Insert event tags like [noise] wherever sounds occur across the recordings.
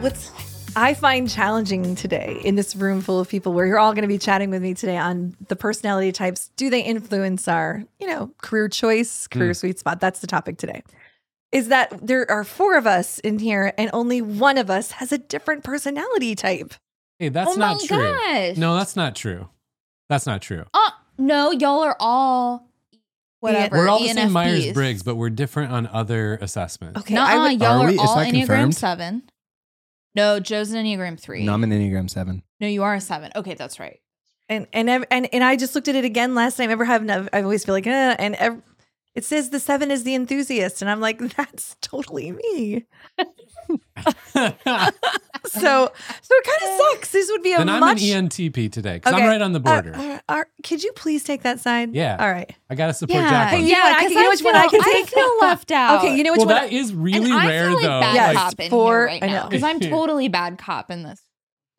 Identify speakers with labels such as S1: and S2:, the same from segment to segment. S1: what's I find challenging today in this room full of people where you're all going to be chatting with me today on the personality types. Do they influence our, you know, career choice,
S2: Hmm.
S1: career sweet spot? That's the topic today. Is that there are four of us in here and only one of us has a different personality type.
S2: Hey, that's
S3: Oh my
S2: not true.
S3: gosh.
S2: No, that's not true. That's not true.
S3: Uh, no, y'all are all whatever. E
S2: We're all the
S1: E
S2: same
S3: ENFPs.
S2: Myers Briggs, but we're different on other assessments. [laughs]
S1: Okay,
S3: Nuh-uh,
S1: I would,
S3: uh, y'all
S4: Are
S3: are,
S4: we? Is
S3: all
S4: that
S3: Enneagram
S4: confirmed?
S3: seven. No, Joe's an Enneagram three.
S4: No, I'm an Enneagram
S1: [gasps]
S4: 7.
S3: no, you are a seven. Okay, that's right.
S1: and and I've- and and I just looked at it again last night. Ever have I always feel like uh, and ev- it says the seven is the enthusiast, and I'm like [laughs] that's totally me. So so it kind of sucks. This would be a
S2: then I'm
S1: much
S2: an E ENTP today because
S1: Okay.
S2: I'm right on the border.
S1: Uh, uh, are- could you please take that side?
S2: Yeah.
S1: All right.
S2: I gotta support Jacqueline.
S1: You know what, I can-
S3: 'cause
S1: you know which one I can
S3: feel-
S1: take?
S3: [laughs] feel left
S5: Oh.
S3: out.
S1: Okay. You know which
S2: well,
S1: one?
S2: that is really
S3: and
S2: rare
S3: I feel
S2: though.
S3: Like bad
S1: Yes,
S3: cop in
S1: for-
S3: here right
S1: I
S3: now
S1: know.
S3: because
S2: [laughs]
S3: I'm totally bad cop in this.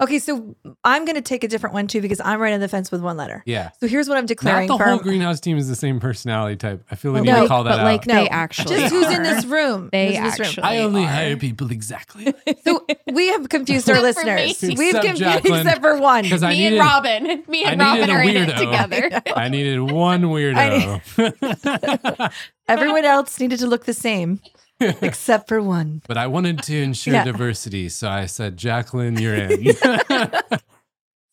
S1: okay. So I'm going to take a different one too because I'm right on the fence with one letter.
S2: yeah.
S1: So here's what I'm
S2: Not
S1: declaring
S2: the
S1: for
S2: whole greenhouse team is the same personality type. I feel the
S1: Well,
S2: need
S1: no,
S2: to call that
S5: but
S2: out.
S5: like-
S1: no,
S5: They actually
S1: just who's in
S5: are.
S1: this room.
S5: They
S1: Who's in this room.
S5: actually-
S2: I only
S5: are.
S2: hire people exactly
S1: [laughs]
S2: like
S5: [laughs]
S1: So we have confused our
S3: Except for me.
S1: listeners.
S2: Except
S1: We've confused [laughs]
S2: Jacqueline.
S1: except for one.
S2: because I
S3: Me and
S2: needed
S3: Robin, [laughs] me and
S2: I needed
S3: Robin
S2: a
S3: are in it
S2: weirdo.
S3: [laughs] together.
S2: I needed one
S1: [laughs]
S2: weirdo.
S1: Everyone else needed to look the same except for one.
S2: [laughs] but I wanted to ensure
S1: Yeah.
S2: diversity, so I said, Jacqueline,
S1: [laughs]
S2: you're in.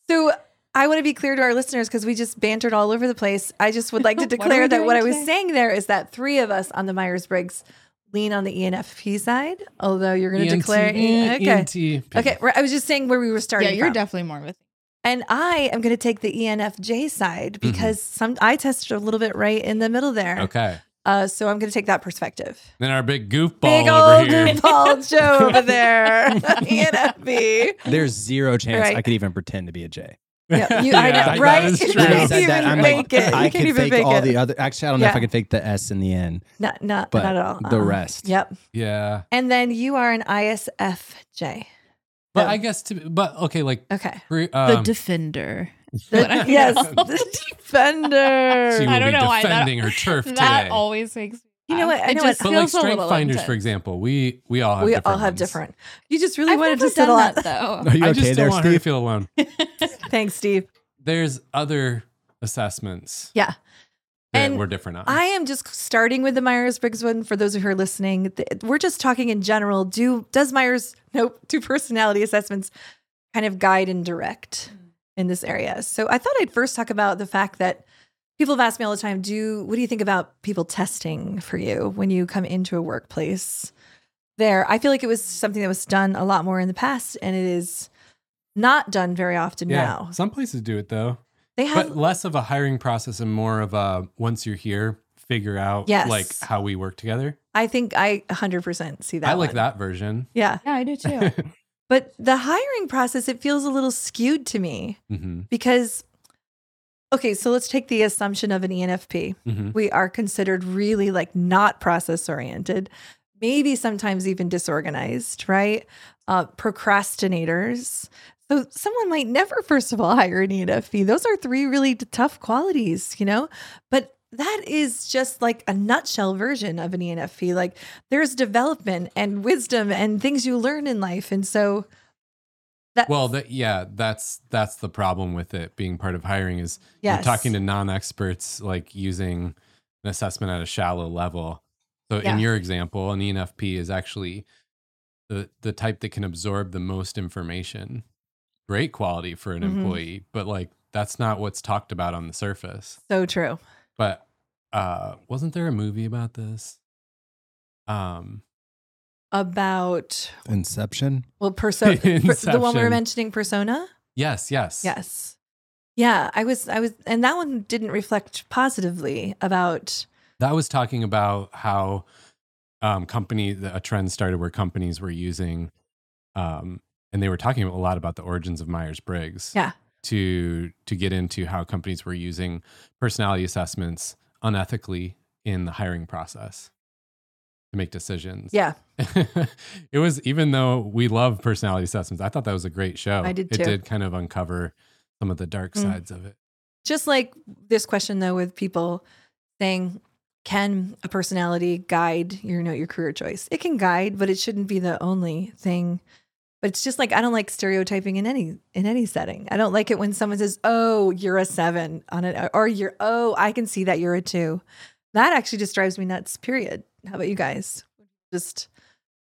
S1: So I want to be clear to our listeners because we just bantered all over the place. I just would like to
S3: [laughs] What are we
S1: declare that
S3: doing
S1: what I was
S3: today?
S1: saying there is that three of us on the Myers Briggs lean on the E ENFP side, although you're
S2: E
S1: going to declare. E Okay.
S2: ENTP.
S1: Okay. we're- I was just saying where we were starting.
S3: yeah, you're
S1: from.
S3: definitely more with.
S1: And I am going to take the E ENFJ side because some I tested a little bit right in the middle there.
S2: Okay.
S1: Uh, so I'm going to take that perspective.
S2: Then our big goofball
S1: Big
S2: over
S1: old
S2: here.
S1: goofball Joe over there. [laughs] E ENFP.
S4: There's zero chance
S1: Right.
S4: I could even pretend to be a J.
S1: Yeah, you, I know,
S2: Yeah, that-
S1: right?
S2: that is
S1: You
S2: true.
S4: When I
S1: can't
S4: said
S1: even
S4: that, I'm
S1: make
S4: like,
S1: it. You
S4: I
S1: can't
S4: can
S1: even
S4: fake
S1: make
S4: all
S1: it.
S4: the other. Actually, I don't know if
S1: Yeah.
S4: I can fake the S in the N.
S1: Not, not,
S4: but
S1: not at all. Uh-uh.
S4: the rest.
S1: Yep.
S2: Yeah.
S1: And then you are an ISFJ.
S2: But
S1: No.
S2: I guess to but okay, like
S1: Okay.
S2: pre-
S5: the
S2: um, [laughs]
S5: defender.
S3: [laughs] What I-
S1: yes, the
S2: [laughs]
S1: defender.
S2: she will
S3: I don't
S2: be
S3: know why that-
S2: defending her turf today.
S3: [laughs] That always makes. Me
S1: You know
S3: laugh.
S1: what? I
S3: It
S1: know
S3: just
S2: but
S3: feels
S2: like
S3: a
S2: strength
S3: little
S2: finders,
S3: intense.
S2: for example, we we all have
S1: we
S2: different
S1: all have
S2: ones.
S1: different. You just really
S3: I've
S1: wanted
S3: never
S1: to sit
S3: done
S1: a
S3: that
S1: lot. [laughs]
S3: though.
S4: Are you
S2: I
S4: okay
S2: just
S4: there,
S2: don't want her to
S4: Steve?
S2: feel alone.
S1: Thanks, Steve.
S2: There's other assessments
S1: Yeah.
S2: that
S1: And
S2: we're different on.
S1: I am just starting with the Myers Briggs one for those who are listening. th- We're just talking in general. Do does Myers nope do personality assessments kind of guide and direct
S2: Mm.
S1: in this area? So I thought I'd first talk about the fact that people have asked me all the time. Do what do you think about people testing for you when you come into a workplace? There, I feel like it was something that was done a lot more in the past, and it is not done very often
S2: yeah.
S1: now.
S2: Some places do it though.
S1: They have
S2: But less of a hiring process and more of a once you're here, figure out
S1: Yes.
S2: like how we work together.
S1: I think I 100% see that.
S2: I like
S1: one.
S2: that version.
S1: Yeah.
S3: Yeah, I do too.
S1: But the hiring process, it feels a little skewed to me
S2: hmm
S1: because, okay, so let's take the assumption of an E ENFP.
S2: hmm
S1: We are considered really like not process oriented, maybe sometimes even disorganized, right? Uh, procrastinators. So someone might never, first of all, hire an E ENFP. Those are three really t- tough qualities, you know? But that is just like a nutshell version of an E ENFP. Like there's development and wisdom and things you learn in life. And so that,
S2: Well, that yeah, that's that's the problem with it being part of hiring is
S1: yes.
S2: you're talking to non-experts like using an assessment at a shallow level so
S1: Yeah.
S2: in your example an E enfp is actually the the type that can absorb the most information great quality for an
S1: Mhm.
S2: employee but like that's not what's talked about on the surface
S1: So true.
S2: but uh wasn't there a movie about this um
S1: About
S4: Inception.
S1: well,
S2: [laughs]
S1: persona. the one we were
S2: Inception.
S1: mentioning, persona.
S2: yes yes
S1: Yes. Yeah, I was. I was, and that one didn't reflect positively about.
S2: that was talking about how um company the- a trend started where companies were using um and they were talking a lot about the origins of myers-briggs
S1: Yeah.
S2: to to get into how companies were using personality assessments unethically in the hiring process to make decisions
S1: Yeah,
S2: [laughs] it was even though we love personality assessments i thought that was a great show
S1: I did
S2: it
S1: too.
S2: did kind of uncover some of the dark
S1: Mm.
S2: sides of it
S1: just like this question though, with people saying, "Can a personality guide your you know your career choice?" It can guide, but it shouldn't be the only thing. But it's just like I don't like stereotyping in any in any setting. I don't like it when someone says, "Oh, you're a 7 on it or you're oh, I can see that you're a 2." That actually just drives me nuts, period. How about you guys? Just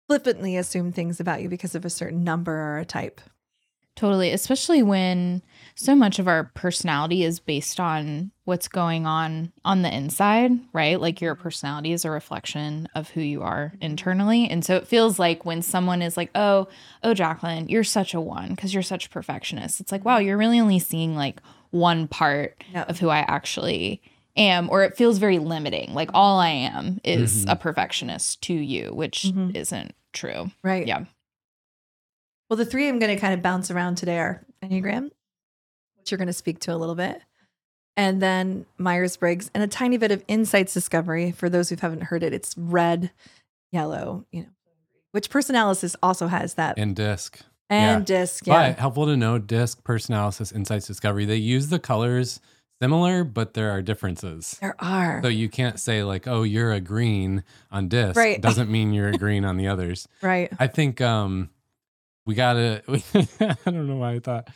S1: flippantly assume things about you because of a certain number or a type.
S3: Totally, especially when so much of our personality is based on what's going on on the inside, right? Like your personality is a reflection of who you are internally. And so it feels like when someone is like, "Oh, oh Jacqueline, you're such a one because you're such a perfectionist." It's like, "Wow, you're really only seeing like one part
S1: Yeah.
S3: of who I actually am." Or it feels very limiting. Like all I am is
S2: Mhm.
S3: a perfectionist to you, which
S1: Mhm.
S3: isn't true.
S1: Right.
S3: Yeah.
S1: Well, the three I'm going to kind of bounce around today are Enneagram, which you're going to speak to a little bit, and then Myers Briggs, and a tiny bit of insights discovery. For those who haven't heard it, it's red, yellow, you know, which personalysis also has that. And,
S2: and disc.
S1: disc. Yeah.
S2: But helpful to know disc, personalysis, insights, discovery. They use the colors similar, but there are differences.
S1: there are.
S2: So you can't say like, "Oh, you're a green on disc."
S1: Right.
S2: Doesn't mean you're a green on the others.
S1: right.
S2: [laughs] I think um, we gotta. [laughs] I don't know why I thought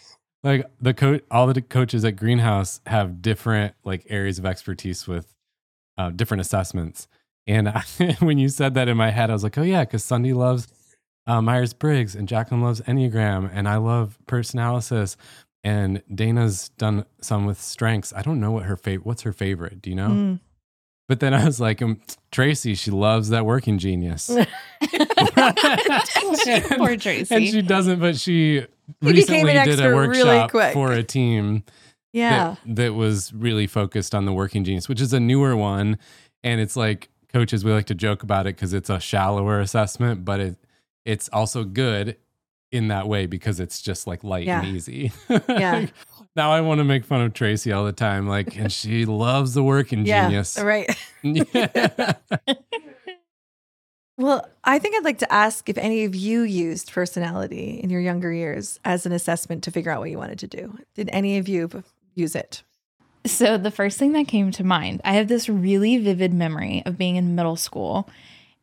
S2: like the coach. All the coaches at Greenhouse have different like areas of expertise with uh, different assessments. And [laughs] I, when you said that in my head, I was like, "Oh yeah," because Sunday loves uh, Myers Briggs and Jacqueline loves Enneagram, and I love personalysis. And Dana's done some with strengths. I don't know what her favorite. What's her favorite? Do you know?
S1: Mm.
S2: But then I was like, um, Tracy, she loves that working
S1: [laughs]
S2: genius.
S3: [laughs] Poor
S2: and,
S3: Tracy.
S2: and she doesn't, but she
S1: became
S2: recently
S1: an
S2: did
S1: expert
S2: a
S1: really
S2: workshop
S1: quick.
S2: for a team
S1: Yeah.
S2: that, that was really focused on the working genius, which is a newer one. And it's like coaches, we like to joke about it because it's a shallower assessment, but it it's also good in that way because it's just like light
S1: Yeah.
S2: and easy. [laughs]
S1: Yeah.
S2: now I want to make fun of Tracy all the time. Like, and she loves the working genius.
S1: Yeah. Right. [laughs]
S2: [laughs] Yeah.
S1: Well, I think I'd like to ask if any of you used personality in your younger years as an assessment to figure out what you wanted to do. Did any of you b- use it?
S3: So, the first thing that came to mind, I have this really vivid memory of being in middle school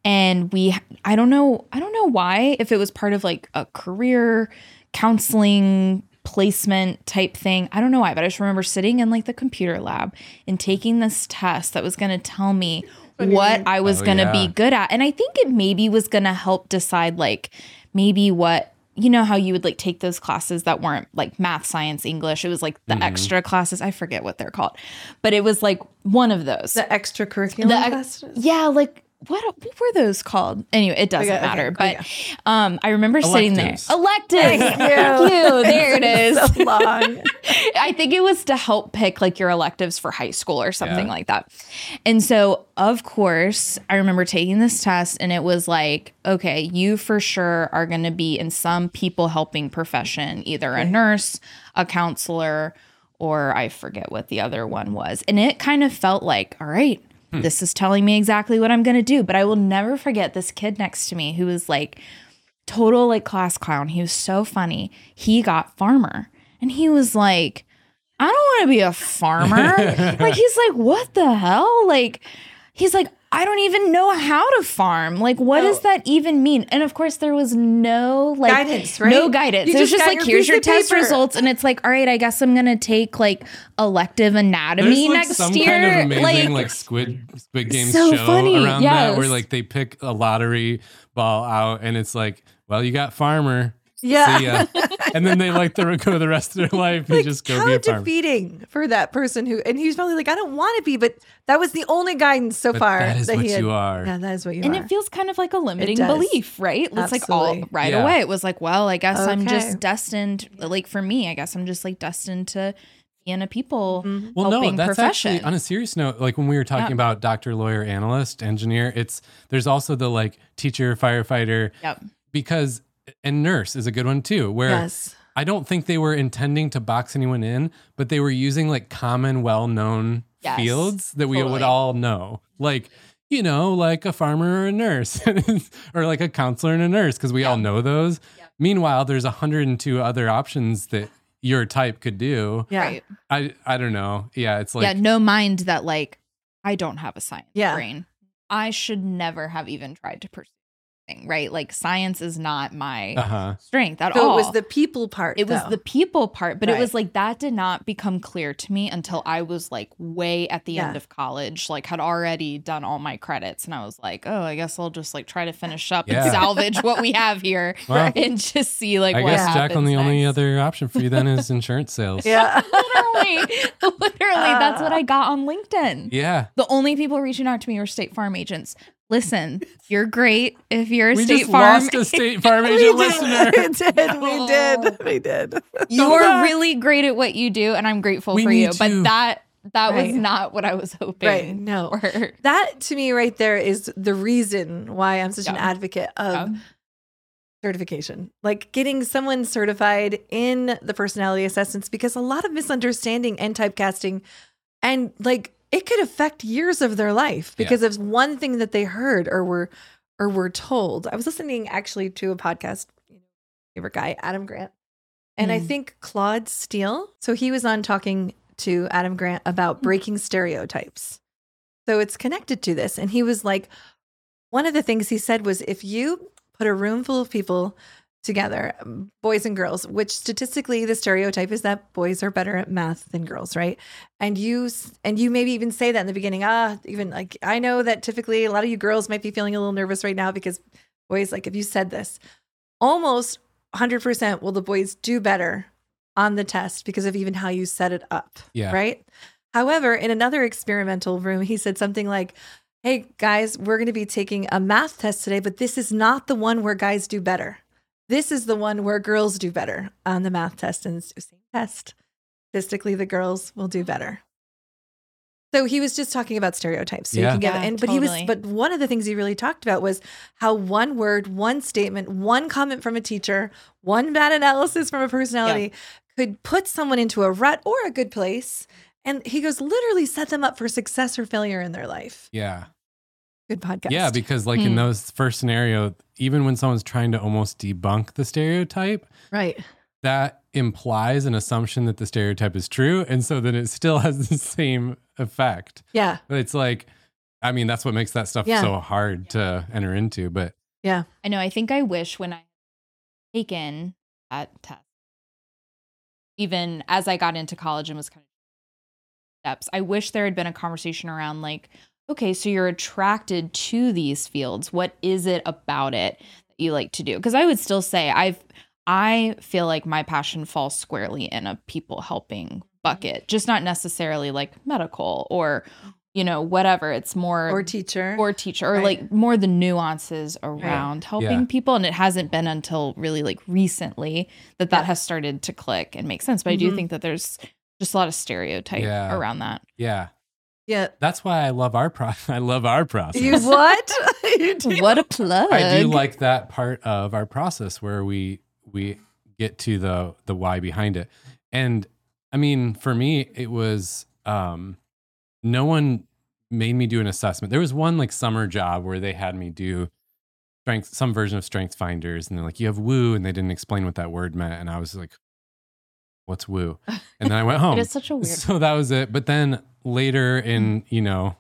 S3: and we I don't know, I don't know why if it was part of like a career counseling placement type thing. I don't know why, but I just remember sitting in like the computer lab and taking this test that was going to tell me what I was
S2: Oh,
S3: going to
S2: yeah.
S3: be good at. And I think it maybe was going to help decide like maybe what you know how you would like take those classes that weren't like math, science, English. It was like the
S2: Mhm.
S3: extra classes. I forget what they're called, but it was like one of those.
S1: The extracurricular
S3: The ex-
S1: classes?
S3: yeah, like what, what were those called? Anyway, it doesn't
S1: Okay, okay.
S3: matter.
S1: Oh,
S3: But um, I remember sitting there.
S2: Electives.
S3: Electives. Thank
S1: you.
S3: you. [laughs] There it is.
S1: so
S3: [laughs]
S1: long.
S3: I think it was to help pick like your electives for high school or something
S2: Yeah.
S3: like that. And so, of course, I remember taking this test and it was like, okay, you for sure are going to be in some people helping profession, either a nurse, a counselor, or I forget what the other one was. And it kind of felt like, all right, this is telling me exactly what I'm going to do. But I will never forget this kid next to me who was like, total like class clown. He was so funny. He got farmer and he was like, I don't want to be
S2: [laughs]
S3: a farmer. like he's like, what the hell? Like he's like, I don't even know how to farm. Like, what does
S1: Oh.
S3: that even mean? And of course, there was no like
S1: Guidance, right?
S3: No guidance.
S1: You
S3: it was
S1: just
S3: just
S1: got
S3: like,
S1: your
S3: here's
S1: piece
S3: your
S1: of
S3: test
S1: paper.
S3: results, and it's like, all right, I guess I'm gonna take like elective anatomy
S2: like,
S3: next
S2: some
S3: year.
S2: Kind of amazing, like, squid squid game
S3: So
S2: show
S3: funny,
S2: around that where
S3: yes.
S2: like they pick a lottery ball out and it's like, well, you got farmer.
S1: Yeah.
S2: See
S3: [laughs]
S2: ya. and then they like the go the rest of their life and
S1: [laughs] Like,
S2: just go
S1: how
S2: be a farmer.
S1: defeating for that person who, and he was probably like, I don't want to be, but that was the only guidance so
S2: But
S1: far
S2: that is
S1: that
S2: what
S1: he had.
S2: you are.
S1: Yeah, that is what you
S3: and
S1: are.
S3: it feels kind of like a limiting
S1: does.
S3: belief, right? It's like all
S1: Absolutely.
S3: right
S2: Yeah.
S3: away. It was like, well, I guess I'm
S1: Okay.
S3: just destined. Like for me, I guess I'm just like destined to be in a people.
S1: Mhm.
S2: Well, no,
S3: helping
S2: that's actually
S3: profession.
S2: on a serious note. Like when we were talking
S3: Yeah.
S2: about doctor, lawyer, analyst, engineer, it's there's also the like teacher, firefighter,
S3: Yep.
S2: because and nurse is a good one too. Where
S1: Yes.
S2: I don't think they were intending to box anyone in, but they were using like common, well known
S3: Yes,
S2: fields that we would
S3: totally.
S2: all know. Like, you know, like a farmer or a nurse, [laughs] or like a counselor and a nurse, because we all know those. Meanwhile, there's 102 other options that your type could do.
S1: Yeah.
S3: Right.
S2: I, I don't know. Yeah, it's like,
S3: yeah. No mind that like I don't have a science
S1: Yeah.
S3: brain. I should never have even tried to pursue thing, right? Like science is not my
S2: Uh huh.
S3: strength at
S1: So
S3: all.
S1: it was the people part.
S3: it was
S1: though. [laughs]
S3: the people part, but it was
S1: Right.
S3: like that did not become clear to me until I was like way at the end
S1: Yeah.
S3: of college, like had already done all my credits. And I was like, oh, I guess I'll just like try to finish up
S2: Yeah. [laughs]
S3: and salvage what we have here
S2: Well,
S3: [laughs] and just see like
S2: I
S3: what
S2: guess
S3: happens.
S2: Jacqueline, the only
S3: next.
S2: other option for you then is insurance
S1: [laughs]
S2: sales.
S1: yeah.
S3: [laughs] literally, literally, that's what I
S1: Ah.
S3: got on LinkedIn.
S2: Yeah.
S3: The only people reaching out to me were State Farm agents. Listen, you're great if you're a
S2: we
S3: State
S2: just
S3: Farm.
S2: lost a State
S3: [laughs]
S2: Farm
S1: We
S2: agent
S1: did.
S2: listener.
S1: we did. We did. We did.
S3: You're really great at what you do, and I'm grateful
S2: We
S3: for you.
S2: need
S3: But
S2: you.
S3: that that was
S1: Right.
S3: not what I was hoping.
S1: Right. No.
S3: for.
S1: That to me right there is the reason why I'm such an
S3: Yeah.
S1: advocate of
S3: Um,
S1: certification. Like getting someone certified in the personality assessments because a lot of misunderstanding and typecasting and like it could affect years of their life because of one thing that they heard or were or were told. I was listening actually to a podcast, you know, favorite guy, Adam Grant. And I
S3: Mm.
S1: think Claude Steele, so he was on talking to Adam Grant about breaking stereotypes. So it's connected to this. And he was like, one of the things he said was if you put a room full of people together, um, boys and girls, which statistically the stereotype is that boys are better at math than girls, right? And you s- and you maybe even say that in the beginning, ah, even like I know that typically a lot of you girls might be feeling a little nervous right now because boys like if you said this, almost 100% will the boys do better on the test because of even how you set it up,
S2: Yeah.
S1: right? However, in another experimental room, he said something like, Hey guys, we're going to be taking a math test today, but this is not the one where guys do better. This is the one where girls do better on the math test and it's the same test. Statistically, the girls will do better. So he was just talking about stereotypes. So you
S2: Yeah.
S1: can get
S3: Yeah,
S1: and but
S3: totally.
S1: he was but one of the things he really talked about was how one word, one statement, one comment from a teacher, one bad analysis from a personality could put someone into a rut or a good place. And he goes, literally set them up for success or failure in their life.
S2: Yeah.
S1: Good podcast.
S2: Yeah, because like
S3: Hmm.
S2: in those first scenario, even when someone's trying to almost debunk the stereotype,
S1: right.
S2: that implies an assumption that the stereotype is true, and so then it still [laughs] has the same effect.
S1: Yeah.
S2: But it's like, I mean, that's what makes that stuff
S1: Yeah.
S2: so hard to enter into. But
S3: I know. I think I wish when I taken that test, even as I got into college and was kind of steps, I wish there had been a conversation around like, okay, so you're attracted to these fields. What is it about it that you like to do? Because I would still say I've I feel like my passion falls squarely in a people helping bucket, just not necessarily like medical or you know whatever. It's more
S1: Or teacher.
S3: or teacher or
S1: Right.
S3: like more the nuances around helping
S2: Yeah.
S3: people and it hasn't been until really like recently that that
S1: Yeah.
S3: has started to click and make sense but i do
S1: Mhm.
S3: think that there's just a lot of stereotype
S2: Yeah.
S3: around
S1: [laughs]
S3: that
S2: yeah, [laughs]
S1: yeah.
S2: that's why I love our pro. [laughs] I love our process.
S1: You what? [laughs] you do.
S3: what a plug
S2: I do like that part of our process where we we get to the the why behind it. And I mean, for me, it was um no one made me do an assessment. There was one like summer job where they had me do strength some version of strength finders and they're like you have woo and they didn't explain what that word meant and I was like what's woo? And then I went home.
S3: [laughs] it is such
S2: [laughs]
S3: a weird
S2: So that was it. But then later
S1: Mm.
S2: in, you know,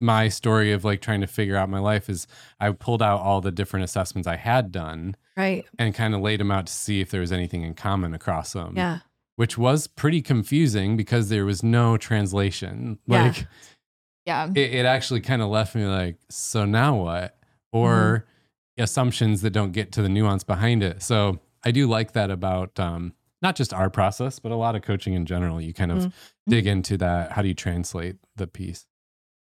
S2: my story of like trying to figure out my life is I pulled out all the different assessments I had done
S1: Right.
S2: and kind of laid them out to see if there was anything in common across them.
S1: Yeah.
S2: Which was pretty confusing because there was no translation.
S1: Yeah.
S2: Like
S3: yeah
S2: it, it actually kind of left me like, so now what? Or
S1: Mm-hmm.
S2: assumptions that don't get to the nuance behind it. So I do like that about um, not just our process, but a lot of coaching in general. You kind of
S1: Mhm.
S2: dig into that. How do you translate the piece?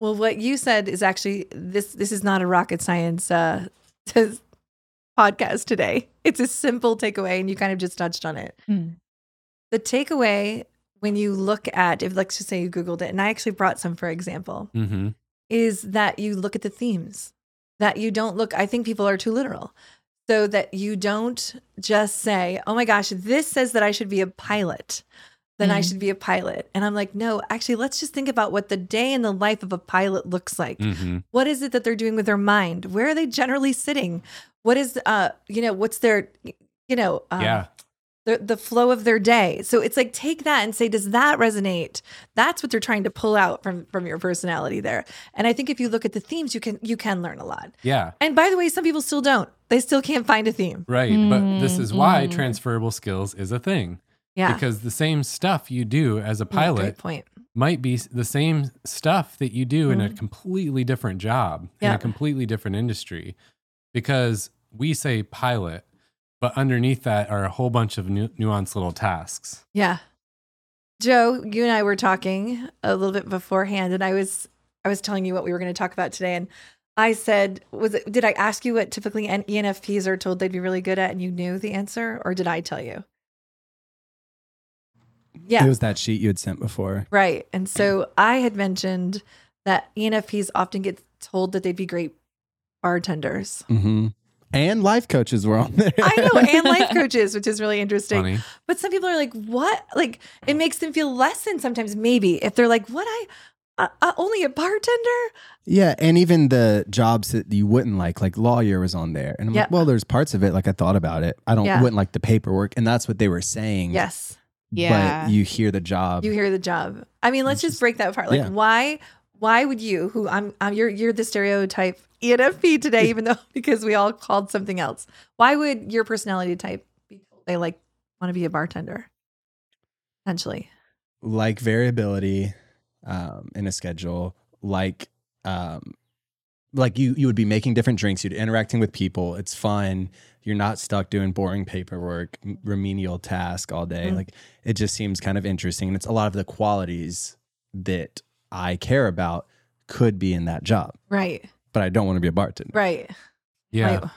S1: Well, what you said is actually this. This is not a rocket science uh, [laughs] podcast today. It's a simple takeaway, and you kind of just touched on it.
S3: Mm.
S1: The takeaway when you look at, if let's just say you googled it, and I actually brought some for example,
S2: Mm-hmm.
S1: is that you look at the themes. That you don't look. I think people are too literal, so that you don't just say, "Oh my gosh, this says that I should be a pilot." Then I
S3: Mhm.
S1: should be a pilot. And I'm like, no, actually, let's just think about what the day in the life of a pilot looks like.
S2: Mm-hmm.
S1: What is it that they're doing with their mind? Where are they generally sitting? What is uh you know what's their you know um,
S2: yeah.
S1: the, the flow of their day. So it's like take that and say, does that resonate? That's what they're trying to pull out from from your personality there. And I think if you look at the themes, you can you can learn a lot.
S2: Yeah.
S1: And by the way, some people still don't. They still can't find a theme.
S2: Right. But this is why
S3: Mm.
S2: transferable skills is a thing
S1: mm-hmm. Yeah. Mm-hmm.
S2: because the same stuff you do as a
S1: Yeah, Great
S2: pilot
S1: Mm, point.
S2: might be s- the same stuff that you do in a completely different job in
S1: Yeah.
S2: a completely different industry because we say pilot but underneath that are a whole bunch of nu- nuanced little tasks
S1: Yeah. Joe, you and I were talking a little bit beforehand and I was I was telling you what we were going to talk about today and I said was it did I ask you what typically N- ENFPs are told they'd be really good at and you knew the answer or did I tell you? Yeah.
S4: It was that sheet you had sent before.
S1: Right. And so I had mentioned that E ENFPs often get told that they'd be great bartenders.
S4: hmm And life coaches were on [laughs] there.
S1: I know, and life coaches, which is really interesting.
S2: funny
S1: But some people are like, what? Like, it makes them feel less than sometimes, maybe, if they're like, what? I, uh, uh, only a bartender?
S4: [laughs] Yeah, and even the jobs that you wouldn't like, like lawyer was on there, and I'm
S1: Yeah.
S4: like, well, there's parts of it like I thought about it. I don't
S1: Yeah.
S4: wouldn't like the paperwork, and that's what they were saying.
S1: Yes.
S3: Yeah.
S4: but you hear the job.
S1: You hear the job. I mean, let's just break that apart. Like,
S4: Yeah.
S1: why? Why would you, who I'm, I'm you're, you're the stereotype E ENFP today, even though [laughs] because we all called something else. Why would your personality type be told they like want to be a bartender? Potentially,
S4: like variability um, in a schedule, like um, like you you would be making different drinks, you'd interacting with people. It's fun. You're not stuck doing boring paperwork, m- remedial task all day.
S1: Mhm.
S3: Mm-hmm.
S4: Like it just seems kind of interesting, and it's a lot of the qualities that I care about could be in that job,
S1: right,
S4: but I don't want to be a bartender.
S1: right.
S2: yeah
S1: Right.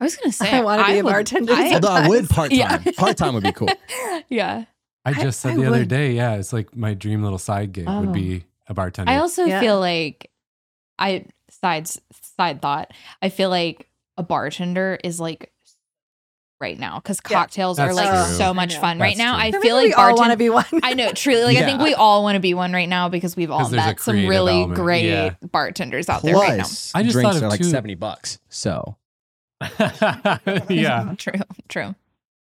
S3: I was gonna say
S1: I wanna be a
S3: would-
S1: bartender
S4: Although I would part
S3: [laughs]
S4: time.
S3: Yeah.
S4: Part time would
S3: [laughs]
S4: be cool.
S3: yeah.
S2: i
S1: I-
S2: just said
S1: I
S2: the other
S1: would-
S2: day yeah it's like my dream little side gig
S3: Oh.
S2: would be a bartender
S3: I also
S1: Yeah.
S3: feel like I sides side thought. I feel like a bartender is like right now because
S1: Yeah.
S3: cocktails are
S2: That's
S3: like
S2: true.
S3: so much
S1: I know.
S3: fun right
S2: That's
S3: now.
S2: true.
S3: I
S1: Maybe
S3: feel
S1: we
S3: like
S1: all want to
S3: bartenders.
S1: be one.
S3: I know, truly. Like I think
S4: Yeah.
S3: we all want to be one right now because we've all
S2: 'Cause there's a
S3: met some
S2: creative
S3: really
S2: element.
S3: great
S2: Yeah.
S3: bartenders out there right now.
S4: Plus,
S2: I just
S4: drinks
S2: thought of
S4: are like
S2: two-
S4: seventy bucks. So
S2: [laughs] yeah
S3: [laughs] true, true.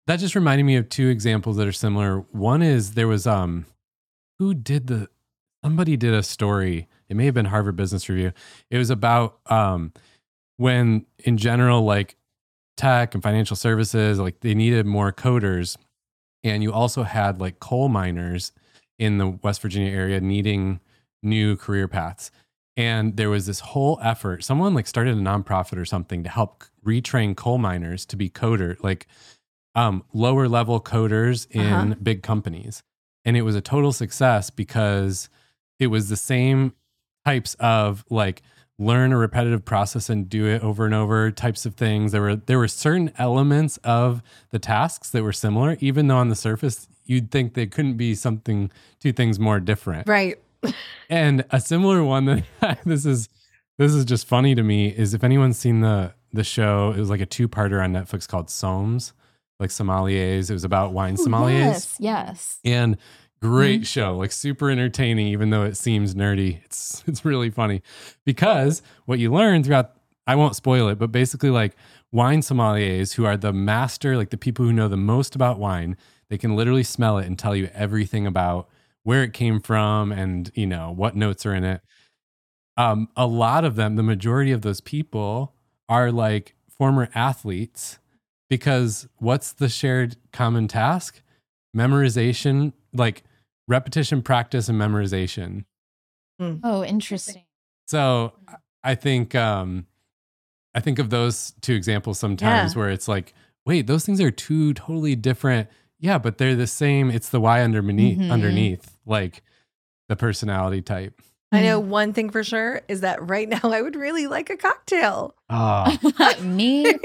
S2: that just reminded me of two examples that are similar. One is there was um who did the somebody did a story. It may have been Harvard Business Review. It was about um when in general like tech and financial services like they needed more coders and you also had like coal miners in the West Virginia area needing new career paths. And there was this whole effort. Someone like started a nonprofit or something to help retrain coal miners to be coder, like um, lower level coders in
S1: Uh-huh.
S2: big companies. And it was a total success because it was the same types of like learn a repetitive process and do it over and over types of things. There were there were certain elements of the tasks that were similar, even though on the surface you'd think they couldn't be something two things more
S1: [laughs]
S2: different.
S1: Right.
S2: And a similar one that [laughs] this is this is just funny to me is if anyone's seen the the show, it was like a two parter on Netflix called Soms, like sommeliers. It was about wine
S1: Oh,
S2: sommeliers
S3: Yes, yes.
S2: and great show, like super entertaining, even though it seems nerdy. It's [laughs] it's really funny because what you learn throughout. I won't spoil it, but basically, like wine sommeliers who are the master, like the people who know the most about wine, they can literally smell it and tell you everything about where it came from and you know what notes are in it. Um, a lot of them, the majority of those people are like former athletes because what's the shared common task? memorization, like repetition, practice, and memorization.
S3: Oh, interesting.
S2: So I- I think um, I think of those two examples sometimes where it's like, wait, those things are two totally different. Yeah, but they're the same. It's the why underneath,
S1: Mm-hmm.
S3: Mhm.
S2: underneath, like the personality type.
S1: I know
S3: Mm.
S1: one thing for sure is that right now I would really like a cocktail [laughs]
S2: Ah,
S3: [laughs] Me too.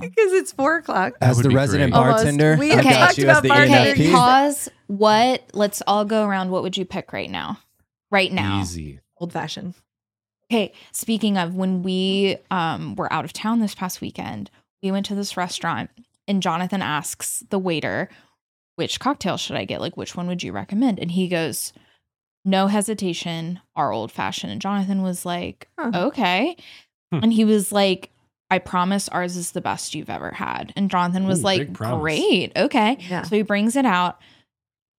S1: because it's four o'clock.
S2: That
S4: as
S2: would
S4: the
S2: be
S4: resident
S2: great.
S1: Almost.
S4: bartender,
S1: We
S4: I've
S3: have
S4: got
S3: talked
S4: you as
S1: about
S4: the E
S1: bartenders.
S3: Okay,
S4: ENFP.
S3: pause. What? Let's all go around. What would you pick right now? Right now.
S2: easy.
S1: Old fashioned.
S3: Okay. Speaking of, when we um, were out of town this past weekend, we went to this restaurant, and Jonathan asks the waiter, "Which cocktail should I get? Like, which one would you recommend?" And he goes, "No hesitation, our old fashioned." And Jonathan was like,
S1: Huh.
S3: "Okay,"
S2: Hmm.
S3: and he was like, I promise ours is the best you've ever had. And Jonathan was
S2: Ooh,
S3: like,
S2: big promise.
S3: great. Okay.
S1: Yeah.
S3: So he brings it out.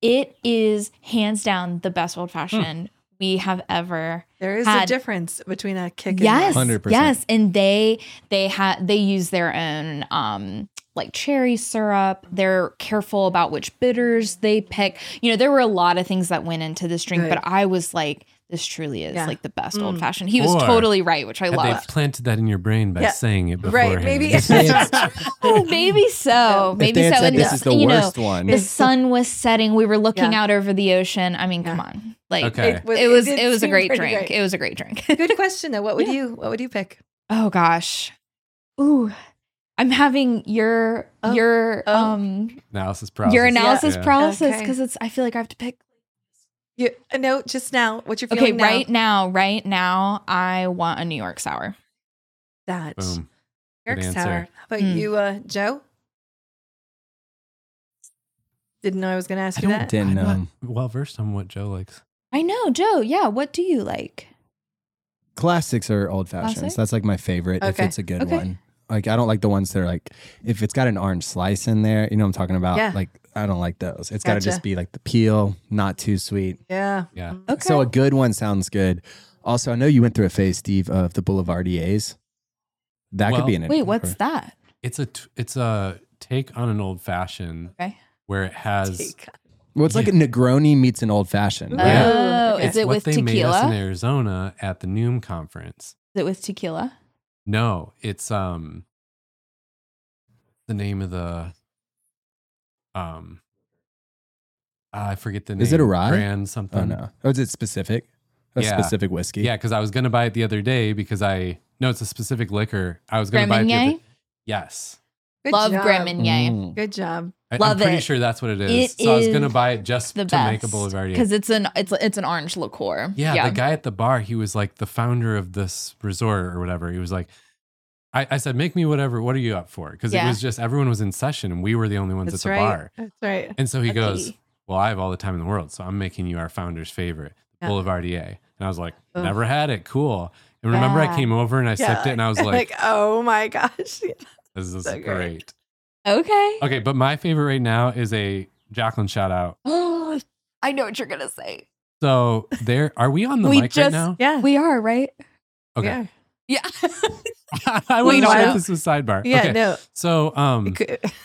S3: It is hands down the best
S2: Hmm.
S3: old fashioned we have ever
S1: There is a
S3: Had-
S1: difference between a kick and
S3: yes
S4: 100%.
S3: yes and they they had they use their own um like cherry syrup they're careful about which bitters they pick you know there were a lot of things that went into this drink
S1: Good.
S3: but i was like this truly is
S1: Yeah.
S3: like the best
S1: Mm.
S3: old fashioned he was
S2: Or
S3: totally right which i
S2: Had
S3: love
S2: they
S3: [laughs]
S2: planted that in your brain by
S1: Yeah.
S2: saying it beforehand.
S1: Right, maybe. [laughs]
S4: [laughs]
S3: Oh, maybe so
S4: If they
S3: maybe
S4: had
S3: so
S4: said
S3: and
S4: this is the
S3: you know
S4: worst one.
S3: the [laughs] sun was setting we were looking
S1: Yeah.
S3: out over the ocean i mean
S1: Yeah.
S3: come on like
S2: Okay.
S3: it was
S1: did
S3: it was a
S1: seem
S3: great
S1: pretty
S3: drink
S1: great.
S3: it was a great drink
S1: Good question though. What would
S3: Yeah.
S1: you what would you pick?
S3: Oh gosh. Ooh. I'm having your
S1: Oh.
S3: your
S1: Oh.
S3: um
S2: Analysis process.
S3: your analysis
S2: Yeah.
S3: paralysis
S1: Okay.
S3: because it's I feel like I have to pick
S1: You, uh, no, just now. What you're feeling
S3: Okay,
S1: now?
S3: right now, right now, I want a New York sour.
S1: That
S2: Boom.
S1: Eric
S2: Good answer.
S1: Sauer. How about
S3: Mm.
S1: you, uh, Joe? Didn't know I was going to ask
S2: I
S1: you
S2: don't
S1: that.
S4: Didn't
S2: I'm not
S4: um,
S2: well versed on what Joe likes.
S3: I know, Joe. Yeah, what do you like?
S4: classics are old fashions.
S3: Classic?
S4: That's like my favorite if
S1: Okay.
S4: it's a good
S3: Okay.
S4: one. Like I don't like the ones that are like if it's got an orange slice in there, you know what I'm talking about?
S1: Yeah.
S4: Like I don't like those. It's got to
S1: Gotcha.
S4: just be like the peel, not too sweet.
S1: Yeah. Mm.
S2: Yeah.
S3: Okay.
S4: So a good one sounds good. Also, I know you went through a phase, Steve, of the Boulevardiers. That could
S2: Well-
S4: be an
S3: Wait, what's that?
S2: It's a t- it's a take on an old fashioned
S3: Okay.
S2: where it has
S1: Take.
S4: Well, it's like a Negroni meets an old fashioned.
S1: Uh, Yeah.
S3: Oh,
S1: Okay.
S3: is it
S2: what
S3: with
S2: they made us in
S3: tequila?
S2: Arizona at the Noom conference.
S3: Is it with tequila?
S2: No, it's um the name of the um I forget the name.
S4: Is it a rye?
S2: Brand something.
S4: oh no, oh, is it specific? A
S2: Yeah.
S4: specific whiskey?
S2: Yeah, because I was gonna buy it the other day because I no, it's a specific liquor. I was gonna buy it. The
S3: Grimigny?
S2: other, yes,
S1: Good
S3: Love
S1: job.
S3: Grand Marnier.
S4: Mm.
S1: Good job.
S2: I,
S3: Love
S2: am pretty
S3: it.
S2: sure that's what it is.
S3: It
S2: so I was
S3: is
S2: gonna buy it just
S3: The
S2: to
S3: best.
S2: make a Boulevardier.
S3: Because it's an it's it's an orange liqueur.
S2: Yeah, the guy at the bar, he was like the founder of this resort or whatever. He was like, I, I said, make me whatever. What are you up for? Because
S3: Yeah.
S2: it was just everyone was in session and we were the only ones
S1: That's
S2: at the
S1: right.
S2: bar.
S1: That's right.
S2: And so he goes,
S3: Lucky.
S2: Well, I have all the time in the world. So I'm making you our founder's favorite,
S1: Yeah.
S2: Boulevardier. And I was like,
S1: Ugh.
S2: Never had it. Cool. And remember,
S3: Yeah.
S2: I came over and I sipped it and
S1: [laughs]
S2: I was like,
S1: oh my
S2: [laughs]
S1: gosh. Yeah.
S2: This is
S1: so great.
S2: great.
S3: Okay.
S2: Okay, but my favorite right now is a Jacqueline shout out.
S3: [gasps] I know what you're gonna say.
S2: So there are we on the
S3: We
S2: mic right
S1: [laughs]
S3: just-
S2: now? [laughs]
S1: Yeah.
S3: We are, right?
S2: Okay.
S1: Yeah.
S3: Yeah. [laughs]
S2: I wasn't
S1: don't
S2: sure
S1: know.
S2: if this was sidebar.
S1: Yeah,
S2: okay.
S1: no.
S2: So um
S1: It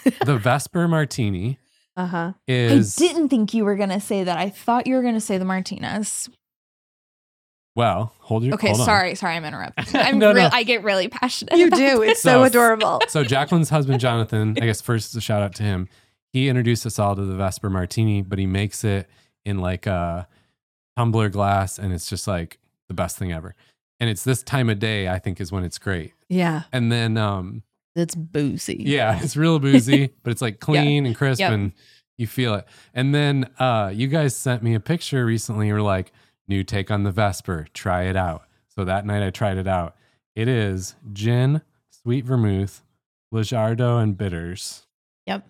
S1: could- [laughs]
S2: the Vesper Martini
S3: [laughs]
S1: uh-huh.
S2: is
S3: I didn't think you were gonna say that. I thought you were gonna say the Martinez.
S2: well, hold your
S3: Okay,
S2: hold on.
S3: sorry, sorry,
S2: [laughs]
S3: I'm interrupting. I'm
S2: No,
S3: real
S2: no.
S3: I get really passionate.
S1: You
S3: about [laughs]
S1: do.
S3: this.
S1: It's so
S2: So-
S3: [laughs]
S1: adorable.
S2: So Jacqueline's husband Jonathan, I guess first a shout out to him. He introduced us all to the Vesper Martini, but he makes it in like a tumbler glass and it's just like the best thing ever. And it's this time of day I think is when it's great.
S1: Yeah.
S2: And then um
S3: It's boozy. [laughs]
S2: Yeah, it's real boozy, but it's like clean and crisp
S3: Yep.
S2: and you feel it. And then uh you guys sent me a picture recently. You were like, new take on the Vesper, try it out. So that night I tried it out. It is gin, sweet vermouth, Lejardo, and bitters.
S3: Yep.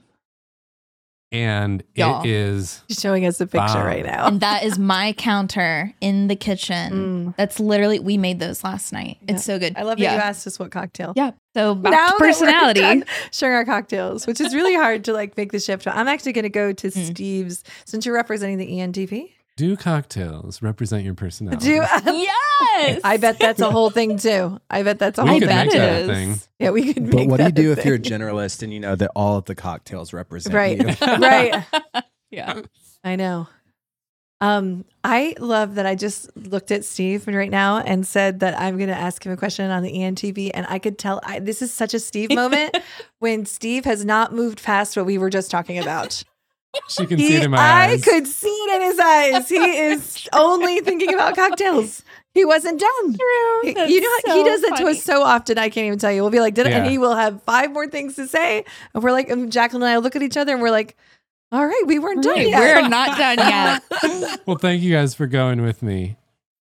S2: And
S3: Y'all.
S2: it is
S1: She's showing us a picture
S2: Wow.
S1: right now.
S3: And that is my counter in the kitchen.
S1: Mm.
S3: That's literally we made those last night.
S1: Yeah.
S3: It's so good.
S1: I love that
S3: yeah.
S1: you asked us what cocktail.
S3: Yeah. So back
S1: Now
S3: to
S1: that we're
S3: personality.
S1: done [laughs] sharing our cocktails, which is really hard to like make the shift. I'm actually going to go to
S3: Mm.
S1: Steve's since you're representing the E ENTP.
S2: do cocktails represent your
S4: Oh,
S2: personality?
S1: Do
S3: [laughs] yes.
S1: [laughs] I bet that's a whole thing too. I bet that's a
S2: We
S1: whole
S2: could
S1: thing.
S2: make
S3: it
S2: that a
S3: is.
S2: thing.
S1: Yeah, we could.
S4: But
S1: make
S4: what do you
S1: that
S4: do
S1: a
S4: if you're a
S1: thing.
S4: generalist and you know that all of the cocktails represent
S1: Right. [laughs]
S4: you?
S1: right?
S3: Yeah.
S1: I know. Um, I love that I just looked at Steve right now and said that I'm going to ask him a question on the E ENTV, and I could tell I, this is such a
S3: [laughs]
S1: Steve moment when Steve has not moved past what we were just talking
S2: [laughs]
S1: about.
S2: She can
S1: He-
S2: see it in my
S1: I
S2: eyes.
S1: could see it in his eyes. He
S3: [laughs]
S1: is only thinking about cocktails. He wasn't done. He- you know he does that to us so often. I can't even tell you. We'll be like, did it? and
S2: Yeah.
S1: he will have five more things to say, and we're like, and Jacqueline and I look at each other, and we're like, all right, we weren't done
S3: Right,
S1: yet. [laughs]
S3: We're not done yet.
S2: Well, thank you guys for going with me.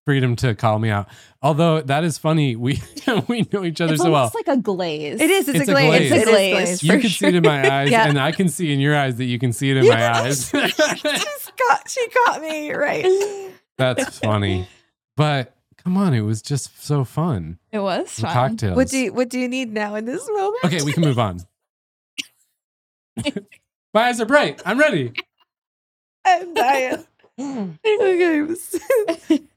S2: Freedom to call me out. Although that is funny, we [laughs] we know each other
S3: it's
S2: so well.
S3: almost like a glaze.
S1: It is. It's,
S2: It's
S1: a
S2: a
S1: glaze.
S2: glaze. It's
S3: a
S1: It is
S3: glaze.
S2: you
S3: for
S2: can see it in my eyes,
S1: Yeah.
S2: and I can see in your eyes that you can see it in
S1: [laughs] Yeah.
S2: my eyes. [laughs]
S1: She's got, she caught me You're right.
S2: That's funny. But Come on, it was just so fun.
S3: It was
S2: The
S3: fun.
S2: cocktails.
S1: What do you, what do you need now in this moment?
S2: okay, we can move on. [laughs] My eyes are bright. I'm ready.
S1: I'm dying. [laughs] okay.
S3: [laughs]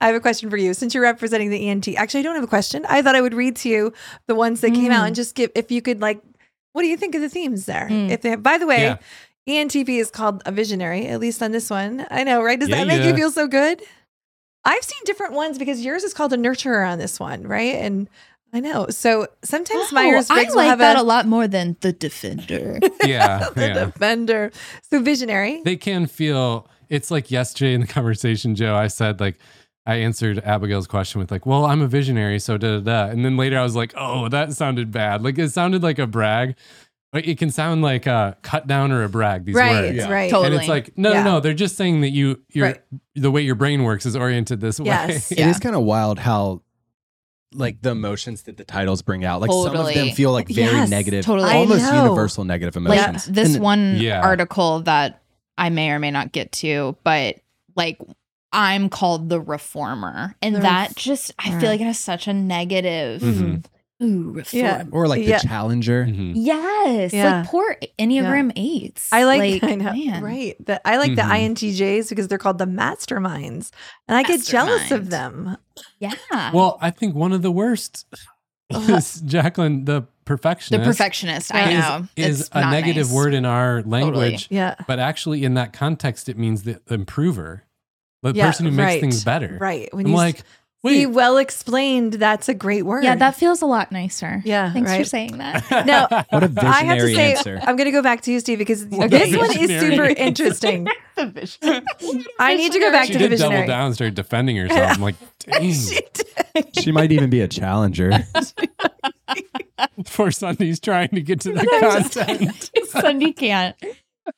S1: I have a question for you. Since you're representing the ENT, actually, I don't have a question. I thought I would read to you the ones that came out
S3: Mm.
S1: and just give if you could like, what do you think of the themes there?
S3: Mm.
S1: If they have, by the way, E
S2: Yeah.
S1: ENTP is called a visionary, at least on this one. I know, right? Does
S2: Yeah,
S1: that make
S2: yeah.
S1: you feel so good? I've seen different ones because yours is called a nurturer on this one, right? And I know. So sometimes
S3: Oh,
S1: Myers
S3: I
S1: Briggs
S3: like
S1: will have
S3: that a,
S1: a,
S3: lot more than the defender.
S2: Yeah.
S1: the
S2: yeah.
S1: [laughs] defender. So visionary.
S2: They can feel it's like yesterday in the [laughs] conversation, Joe. I said like I answered Abigail's question with like, well, I'm a visionary, so da da da. And then later I was like, oh, that sounded bad. Like it sounded like a brag. Like, It can sound like a cut down or a brag, these
S1: right,
S2: words.
S1: it's
S4: Yeah.
S1: right.
S3: Totally.
S2: And it's like, no,
S1: Yeah.
S2: no, no. They're just saying that you your
S1: Right.
S2: the [laughs] way your brain works is oriented this
S1: Yes.
S2: [laughs] way.
S4: It
S3: Yeah.
S4: is kind of wild how like the emotions that the titles bring out. Like some of them
S3: Totally.
S4: feel like very
S1: Yes,
S4: negative,
S3: totally. I
S4: almost
S1: know.
S4: universal negative
S3: like
S4: emotions.
S3: this
S4: And-
S3: one
S2: Yeah.
S3: article that I may or may not get to, but like I'm called the reformer, and
S1: The
S3: that just I feel like it has such a negative.
S2: Mhm.
S3: Ooh, reformer.
S1: Yeah.
S4: or like the
S1: Yeah.
S4: challenger.
S3: Mm-hmm.
S2: Mhm.
S3: Yes,
S1: Yeah.
S3: like poor Enneagram eights.
S1: I like, I know,
S3: man.
S1: right? The, I like
S2: Mhm.
S1: the INTJs because they're called the masterminds, and I get jealous of
S3: Mastermind.
S1: them.
S3: Yeah,
S2: Well, I think one of the worst [laughs] is Jacqueline, the
S3: the
S2: perfectionist.
S3: perfectionist. I
S2: is-
S3: know
S2: is,
S3: It's
S2: a
S3: not
S2: negative
S3: nice.
S2: word in our language,
S1: Yeah,
S2: but actually in that context, it means the improver, the
S1: Yeah,
S2: person who makes
S1: right,
S2: things better.
S1: right. When
S2: I'm
S1: you
S2: like,
S1: see
S2: wait,
S1: well explained, that's a great word.
S3: Yeah, that feels a lot nicer.
S1: Yeah,
S3: thanks for
S1: right. [laughs]
S3: saying that.
S2: [laughs]
S1: No,
S4: What a
S1: I have to
S4: visionary
S1: say, [laughs]
S4: answer.
S1: I'm going to go back to you, Steve, because
S2: What a
S1: this one is
S2: visionary
S1: super
S2: answer. [laughs]
S1: interesting. I need to go back
S2: she
S1: to
S2: did
S1: the
S2: double
S1: visionary.
S2: down and started defending herself. I'm like,
S1: [laughs]
S2: dang,
S1: She did.
S4: she might even be a challenger.
S1: [laughs]
S2: poor Sunday's trying to get
S1: [laughs]
S2: to the content.
S3: [laughs] Sunday can't.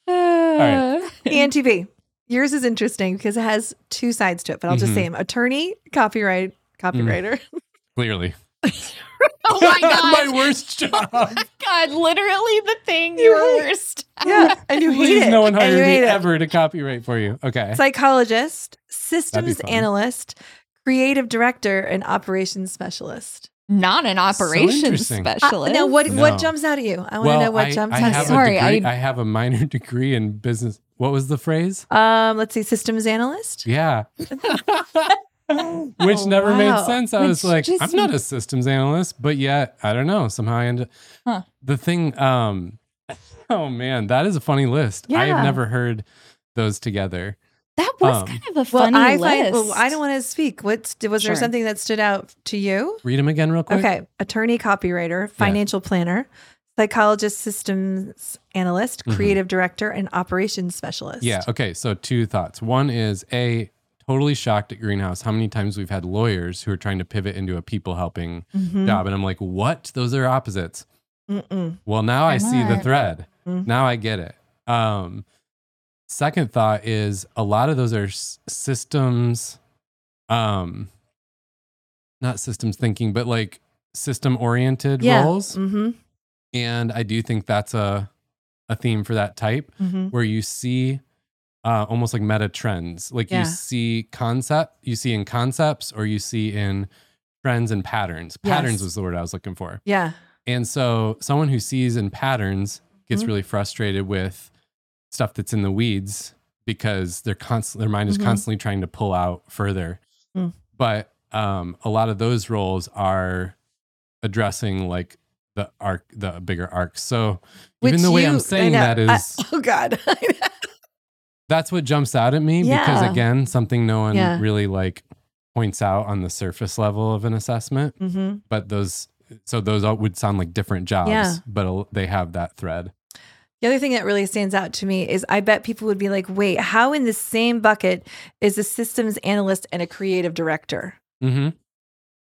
S2: right.
S1: ENTP. Yours is interesting because it has two sides to it, but I'll just
S2: Mhm.
S1: say them: attorney,
S2: Mm.
S1: copyright, copywriter.
S2: [laughs] Clearly.
S3: Oh [laughs] my
S2: [laughs]
S3: god.
S2: my
S1: [laughs]
S2: worst job.
S3: God, literally the thing
S1: You're
S3: you're
S1: right.
S3: worst.
S1: Yeah, [laughs] and you hate
S2: Please,
S1: it.
S2: no one
S1: and you
S2: hired me
S1: hate it.
S2: ever to copyright for you. Okay.
S1: psychologist, systems
S2: fun.
S1: analyst, creative director, and operations specialist.
S3: Not an operations
S2: interesting.
S1: Uh,
S3: specialist.
S1: now,
S3: [laughs]
S1: what
S2: No.
S1: what jumps out at you? I want to know what jumps out
S2: I have
S1: at
S2: a
S1: you.
S3: Sorry,
S2: degree-
S3: I-
S2: I have a minor [laughs] degree in business. What was the phrase?
S1: Um, let's see, systems analyst.
S2: Yeah. Which never
S1: wow.
S2: made sense. I was
S3: Which
S2: like,
S3: just-
S2: I'm not a systems analyst, but yet I don't know. Somehow I ended
S3: Huh.
S2: the thing. Um, [laughs] oh man, that is a funny list. I
S1: Yeah.
S2: have never heard those together.
S3: that was
S2: um,
S3: kind of a
S1: Well,
S3: funny
S1: I
S3: list.
S1: find, well, I don't want to speak. What was there
S3: Sure.
S1: something that stood out to you?
S2: Read them again, real quick.
S1: Okay, attorney, copywriter, financial planner, psychologist, systems analyst,
S2: Mhm.
S1: creative director, and operations specialist.
S2: Yeah. Okay. So two thoughts. One is a totally shocked at Greenhouse how many times we've had lawyers who are trying to pivot into a people helping
S1: Mhm.
S2: job, and I'm like, what? Those are opposites.
S1: Mm-mm.
S2: Well, now I
S3: Come
S2: see the
S3: on.
S2: thread.
S1: Mhm.
S2: Now I get it. Um, second thought is a lot of those are s- systems, um, not systems thinking, but like system oriented
S1: Yeah.
S2: roles.
S1: Mm-hmm.
S2: And I do think that's a a theme for that type
S1: Mm-hmm.
S2: where you see uh, almost like meta trends. Like
S1: Yeah.
S2: you see concept, you see in concepts, or you see in trends and patterns.
S1: Yes.
S2: Patterns was the word I was looking for.
S1: Yeah.
S2: And so someone who sees in patterns gets
S1: Mhm.
S2: really frustrated with stuff that's in the weeds because they're constant their mind is
S1: Mhm.
S2: constantly trying to pull out further.
S1: Mm.
S2: But um, a lot of those roles are addressing like the arc the bigger arcs. So
S1: Which
S2: even the way
S1: you- I
S2: I'm saying
S1: know.
S2: that is
S1: I- [laughs] oh God.
S2: that's what jumps out at me because
S1: Yeah.
S2: again, something no one
S1: Yeah.
S2: really like points out on the surface level of an assessment.
S1: mm-hmm.
S2: But those so those all would sound like different jobs,
S1: Yeah.
S2: but a- they have that thread.
S1: The other thing that really stands out to me is I bet people would be like, wait, how in the same bucket is a systems analyst and a creative director?
S2: Mm-hmm.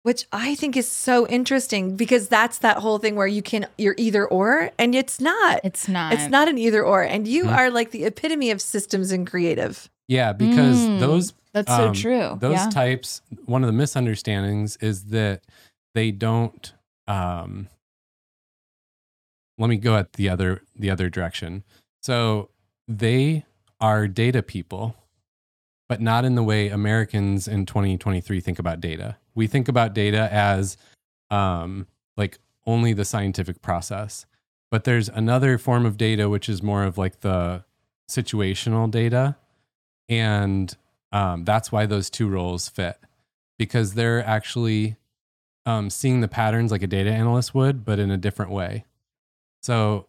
S1: Which I think is so interesting because that's that whole thing where you can, you're either or, and it's not.
S3: It's not.
S1: It's not an either or. And you
S2: Mhm.
S1: are like the epitome of systems and creative.
S2: Yeah, because
S3: Mm,
S2: those
S3: That's
S2: um,
S3: so true.
S2: those
S3: Oh, yeah.
S2: types, one of the misunderstandings is that they don't. Um, let me go at the other the other direction. So they are data people, but not in the way Americans in 2023 think about data. we think about data as um, like only the scientific process, but there's another form of data which is more of like the situational data, and um, that's why those two roles fit because they're actually um, seeing the patterns like a data analyst would, but in a different way. So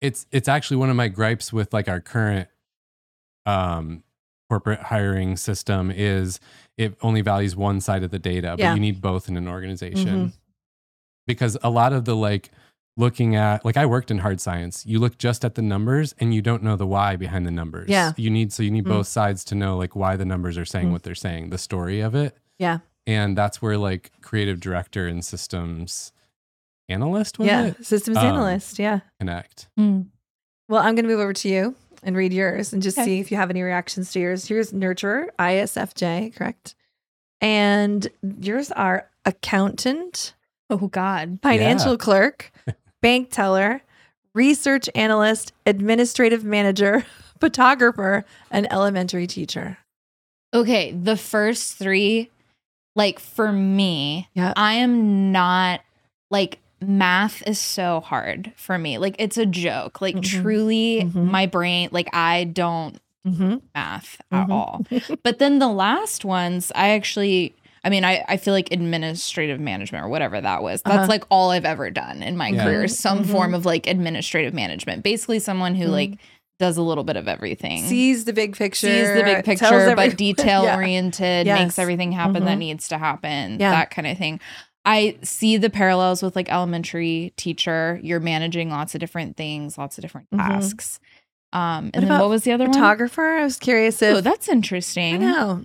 S2: it's it's actually one of my gripes with like our current um, corporate hiring system is it only values one side of the data,
S1: Yeah.
S2: but you need both in an organization because a lot of the like looking at like I worked in hard science, you look just at the numbers and you don't know the why behind the numbers.
S1: Yeah.
S2: You need so you need
S1: Mm.
S2: both sides to know like why the numbers are saying
S1: Mm.
S2: what they're saying, the story of it.
S1: Yeah.
S2: And that's where like creative director and systems analyst
S3: Mm-hmm.
S2: was
S1: yeah.
S2: it?
S1: Systems
S2: Um,
S1: analyst. Yeah.
S2: Connect.
S3: Mm.
S1: Well, I'm going to move over to you and read yours and just
S3: Okay.
S1: see if you have any reactions to yours. Here's nurturer, ISFJ, correct? And yours are accountant,
S3: Oh God.
S1: financial clerk, bank teller, research analyst, administrative manager, [laughs] photographer, and elementary teacher.
S3: Okay, the first three, like for me,
S1: Yeah.
S3: I am not like math is so hard for me. Like it's a joke. Like
S1: Mhm.
S3: truly,
S1: Mhm.
S3: my brain, like I don't
S1: Mm-hmm.
S3: math at
S1: Mhm.
S3: all. but then the last ones, I actually, I mean, I, I feel like administrative management or whatever that was. That's
S1: Uh-huh.
S3: like all I've ever done in my
S2: Yeah.
S3: career, is some
S1: Mhm.
S3: form of like administrative management. Basically, someone who
S1: Mhm.
S3: like does a little bit of everything
S1: Sees the big picture.
S3: sees the big
S1: tells
S3: picture,
S1: everyone- [laughs]
S3: but detail
S1: Yeah.
S3: oriented,
S1: Yes.
S3: makes everything happen that
S1: Mhm.
S3: needs to happen,
S1: Yeah.
S3: that kind of thing. I see the parallels with like elementary teacher. You're managing lots of different things, lots of different
S1: Mhm.
S3: tasks. Um, and
S1: What
S3: then
S1: about
S3: what was the other one?
S1: Photographer. I was curious
S3: Oh,
S1: if
S3: that's
S1: I
S3: interesting.
S1: know.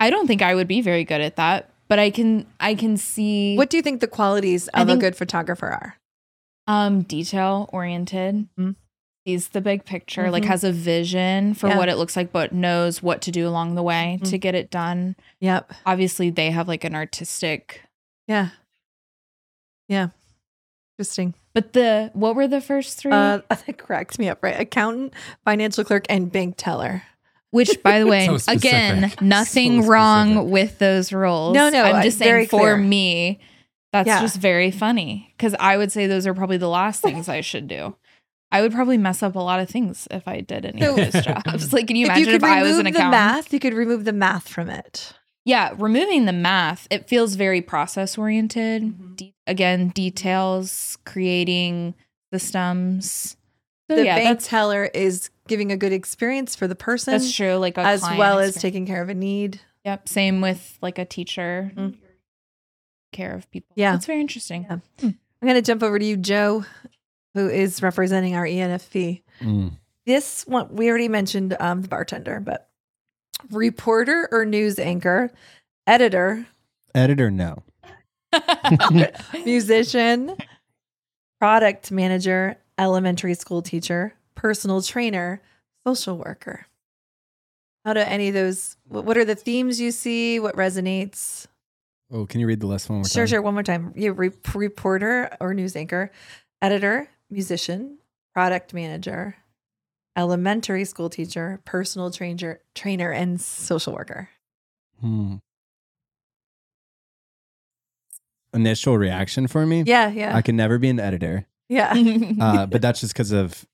S3: I don't think I would be very good at that, but I can I can see
S1: What do you think the qualities
S3: I
S1: of a
S3: think-
S1: good photographer are?
S3: um detail oriented
S1: Mhm.
S3: sees the big picture like
S1: Mhm.
S3: has a vision for
S1: Yeah. Mm-hmm.
S3: what it looks like but knows what to do along the way to get it done
S1: Yep.
S3: obviously they have like an artistic
S1: Yeah. Yeah. Interesting.
S3: but the what were the first three
S1: Uh, [laughs] that cracked me up, right? Accountant, financial clerk, and bank teller.
S3: which by
S1: [laughs]
S3: the way
S2: So specific.
S3: again
S2: So
S3: nothing
S2: specific.
S3: wrong with those roles
S1: No, no,
S3: i'm
S1: I-
S3: just
S1: very
S3: saying for
S1: clear.
S3: me that's
S1: Yeah.
S3: just very funny because i would say those are probably the last things i should do i would probably mess up a lot of things if i did any of
S2: So-
S1: [laughs]
S3: those jobs [laughs] like can you
S1: if you
S3: imagine
S1: could
S3: if, i was an
S1: remove the
S3: accountant
S1: math, you could remove the math from it.
S3: yeah removing the math it feels very process oriented De- again details creating systems so
S1: the
S3: yeah
S1: bank
S3: that's
S1: teller is giving a good experience for the person
S3: that's true like a
S1: as
S3: client
S1: well as
S3: experience.
S1: taking care of a need.
S3: Yep. Same with like a teacher
S1: Mm.
S3: care of people.
S1: Yeah.
S3: It's very interesting.
S1: Yeah. I'm going to jump over to you, Joe, who is representing our E ENFP.
S4: Mm.
S1: This one we already mentioned um, the bartender, but reporter or news anchor, editor,
S4: Editor, no.
S3: [laughs]
S4: [laughs] Uh,
S1: [laughs] musician, product manager, elementary school teacher, personal trainer, social worker. How do any of those? wh- What are the themes you see? What resonates?
S4: Oh, can you read the last one? More
S1: sure,
S4: time?
S1: sure. One more time. You re- reporter or news anchor, editor, musician, product manager, elementary school teacher, personal trainer, trainer, and social worker.
S4: Hmm. Initial reaction for me.
S1: Yeah, yeah,
S4: I can never be an editor.
S1: yeah.
S4: uh,
S1: [laughs]
S4: but that's just because of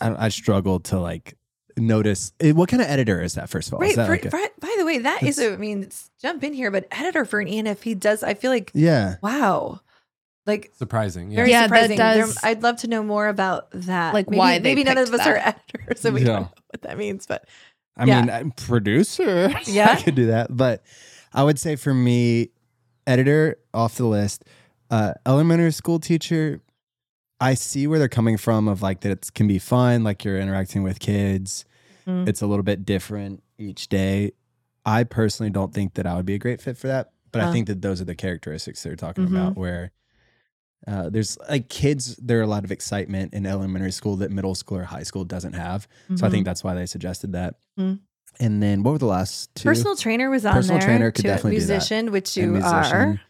S4: I, I struggled to like notice eh, what kind of editor is that first of all
S1: Right.
S4: [laughs] is that
S1: for-
S4: like a-
S1: for- by the way, that is,
S4: That's-
S1: a, I mean, it's- jump in here, but editor for an E ENFP does, I feel like,
S4: yeah
S1: wow. Like,
S2: Surprising. Yeah.
S1: very
S3: Yeah, that
S1: surprising. There-
S3: does-
S1: I'd love to know more about that.
S3: Like,
S1: maybe,
S3: why they
S1: Maybe none of
S3: picked
S1: us are
S3: that.
S1: [laughs] editors, so we
S4: Yeah.
S1: don't know what that means, but
S4: [laughs] I
S1: Yeah.
S4: mean, I'm producer.
S1: Yeah.
S4: I could do that. But I would say for me, editor off the list, uh, elementary school teacher, I see where they're coming from of like that it can be fun, like you're interacting with kids.
S1: Mhm.
S4: It's a little bit different each day. I personally don't think that I would be a great fit for that, but
S1: Uh.
S4: I think that those are the characteristics they're talking
S1: Mhm.
S4: about where uh, there's like kids, there are a lot of excitement in elementary school that middle school or high school doesn't have. So I think
S1: Mm-hmm.
S4: that's why they suggested that.
S1: Mhm.
S4: And then what were the last two?
S1: personal trainer was on
S4: Personal
S1: there.
S4: trainer could
S1: too.
S4: definitely do that.
S1: musician, which
S4: and
S1: you are.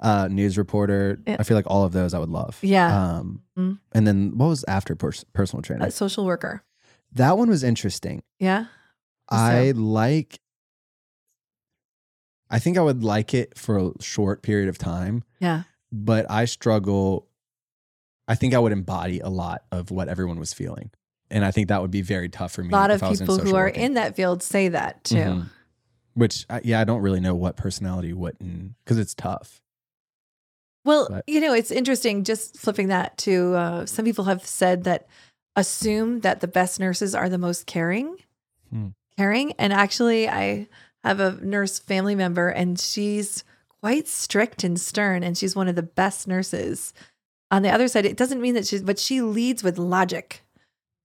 S4: uh, news reporter.
S1: Yeah.
S4: I feel like all of those I would love.
S1: Yeah.
S4: Um,
S1: Mhm.
S4: And then what was after pers- personal trainer?
S1: a social worker.
S4: that one was interesting.
S1: Yeah.
S4: I like I think I would like it for a short period of time,
S1: Yeah.
S4: but I struggle. I think I would embody a lot of what everyone was feeling. And I think that would be very tough for
S1: A
S4: me.
S1: lot
S4: if
S1: of
S4: I was in
S1: people who
S4: social
S1: are
S4: working.
S1: in that field say that too.
S4: Mhm. Which, I, yeah, I don't really know what personality wouldn't, because it's tough.
S1: Well,
S4: But-
S1: you know, it's interesting just flipping that to uh, some people have said that assume that the best nurses are the most caring.
S4: Hmm.
S1: Caring. And actually, I have a nurse family member and she's quite strict and stern and she's one of the best nurses. On the other side, it doesn't mean that she's, but she leads with logic.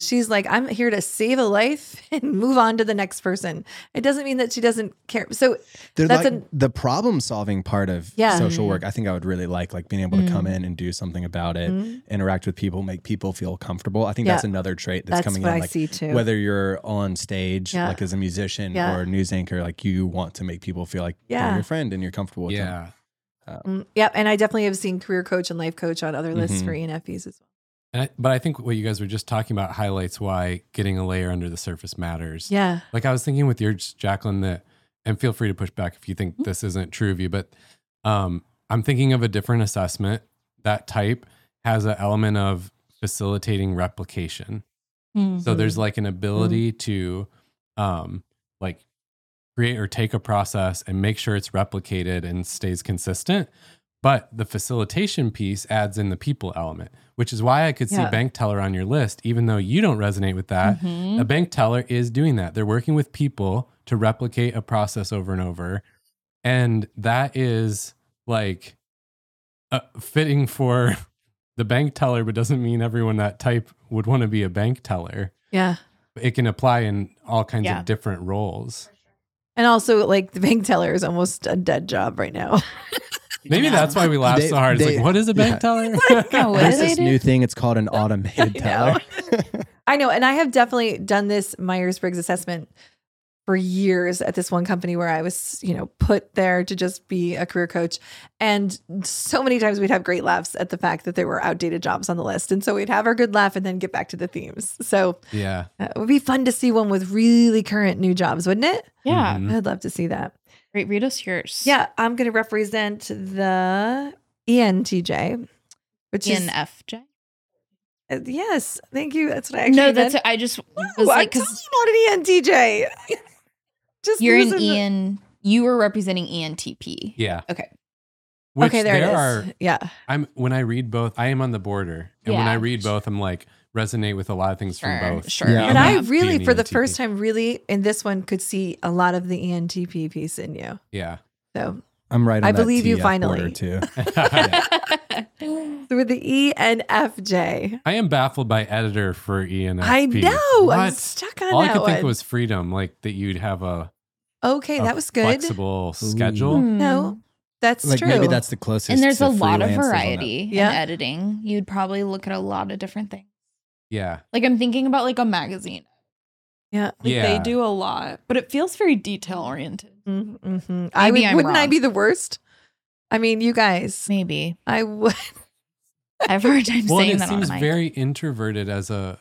S1: She's like, I'm here to save a life [laughs] and move on to the next person. It doesn't mean that she doesn't care. So
S4: They're
S1: That's
S4: like
S1: an-
S4: the problem solving part of
S1: Yeah.
S4: social work. I think I would really like, like being able to
S3: Mm.
S4: come in and do something about it,
S1: Mhm.
S4: interact with people, make people feel comfortable. I think
S1: Yeah.
S4: that's another trait that's,
S1: that's,
S4: coming
S1: what
S4: in.
S1: I
S4: Like
S1: see too.
S4: whether you're on stage,
S1: Yeah.
S4: like as a musician
S1: Yeah.
S4: or a news anchor, like you want to make people feel like
S1: Yeah.
S4: they're your friend and you're comfortable with them.
S2: yeah.
S1: Mm, yep, and I definitely have seen career coach and life coach on other lists
S4: Mhm.
S1: for E ENFPs as well.
S2: And I, but I think what you guys were just talking about highlights why getting a layer under the surface matters.
S1: Yeah,
S2: Like I was thinking with yours, Jacqueline, that, and feel free to push back if you think this isn't true of you, but um, I'm thinking of a different assessment. That type has an element of facilitating replication. So
S1: Mm-hmm.
S2: there's like an ability to um, like create or take a process and make sure it's replicated and stays consistent. But the facilitation piece adds in the people element, which is why I could see
S1: Yeah.
S2: bank teller on your list, even though you don't resonate with that.
S3: Mhm.
S4: uh,
S2: A bank teller is doing that. They're working with people to replicate a process over and over. And that is like uh, fitting for [laughs] the bank teller, but doesn't mean everyone that type would want to be a bank teller.
S1: yeah,
S2: It can apply in all kinds
S3: Yeah.
S2: of different roles.
S1: and also like the bank teller is almost a dead job right now.
S2: Maybe
S3: Yeah.
S2: that's why we laugh
S4: They-
S2: so hard. It's
S4: they-
S2: like, what is a bank
S4: yeah. [laughs]
S2: teller?
S3: Yeah, what
S4: There's
S3: do they
S4: this
S3: do?
S4: new thing. It's called an automated
S1: Oh, [laughs] I know. [laughs]
S4: teller.
S1: I know, and I have definitely done this Myers Briggs assessment for years at this one company where I was, you know, put there to just be a career coach. And so many times we'd have great laughs at the fact that there were outdated jobs on the list. And so we'd have our good laugh and then get back to the themes. So
S2: yeah.
S1: uh, it would be fun to see one with really current new jobs, wouldn't it?
S3: yeah.
S4: Mm-hmm.
S2: Mhm.
S1: I'd love to see that.
S3: Great. Read us yours.
S1: Yeah, I'm going to represent the E ENTJ, which
S3: E ENFJ.
S1: is uh, yes. Thank you. That's what I actually
S3: No,
S1: meant.
S3: that's I just was
S1: Wow,
S3: like
S1: I'm
S3: because
S1: telling you not an E ENTJ. [laughs] Just
S3: you're an E
S1: losing the-
S3: EN. You were representing E ENTP.
S2: Yeah.
S3: Okay.
S2: Which
S1: okay, there, it is. [laughs]
S2: are
S1: yeah,
S2: I'm when I read both, I am on the border, and when
S3: Yeah.
S2: I read both, I'm like resonate with a lot of things
S3: Sure.
S2: from both.
S3: Sure.
S4: Yeah.
S1: and
S4: I'm
S1: I
S2: not
S1: really,
S2: being E
S1: for the
S2: ENTP.
S1: first time, really in this one, could see a lot of the E ENTP piece in you.
S2: Yeah,
S1: So,
S4: I'm right. On
S1: I
S4: that
S1: believe you
S4: TF border,
S1: finally.
S4: too.
S3: [laughs]
S1: so with the E ENFJ,
S2: [laughs] I am baffled by editor for E ENFP.
S1: I know I'm
S2: What?
S1: stuck on
S2: All I
S1: that
S2: could
S1: one.
S2: think was freedom, like that you'd have a,
S1: okay,
S2: a
S1: that was good. Hmm.
S2: flexible schedule.
S1: No, that's
S4: like
S1: true.
S4: maybe that's the closest.
S3: And there's
S4: to
S3: a lot of
S4: freelancers on that.
S3: variety
S1: Yeah.
S3: in editing. You'd probably look at a lot of different things.
S2: Yeah,
S3: Like I'm thinking about like a magazine.
S1: yeah.
S3: Like
S2: Yeah.
S3: they do a lot, but it feels very detail oriented.
S1: Mm-hmm. I would,
S3: Maybe I'm
S1: wouldn't I
S3: wrong.
S1: be the worst? I mean, you guys,
S3: [laughs] Maybe
S1: I would. [laughs]
S3: I have a hard time
S2: well, and
S3: saying
S2: it
S3: that
S2: seems
S3: on mic.
S2: very introverted as a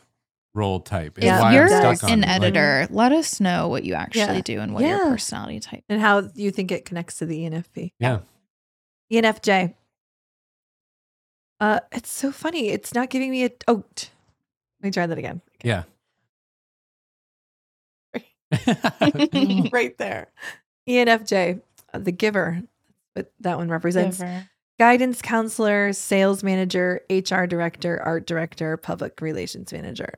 S2: role type. is
S1: Yeah.
S2: why
S3: if
S2: I'm
S3: you're
S2: stuck on
S3: an
S2: it. Like,
S3: editor, let us know what you actually
S1: Yeah.
S3: do and what
S1: Yeah.
S3: your personality type.
S1: and how you think it connects to the E ENFP.
S2: yeah,
S1: E ENFJ. Uh, it's so funny. It's not giving me a. Oh, t- let me try that again.
S2: yeah.
S1: [laughs] right there. E ENFJ, uh, the giver. What that one represents.
S3: Whatever.
S1: Guidance counselor, sales manager, HR director, art director, public relations manager.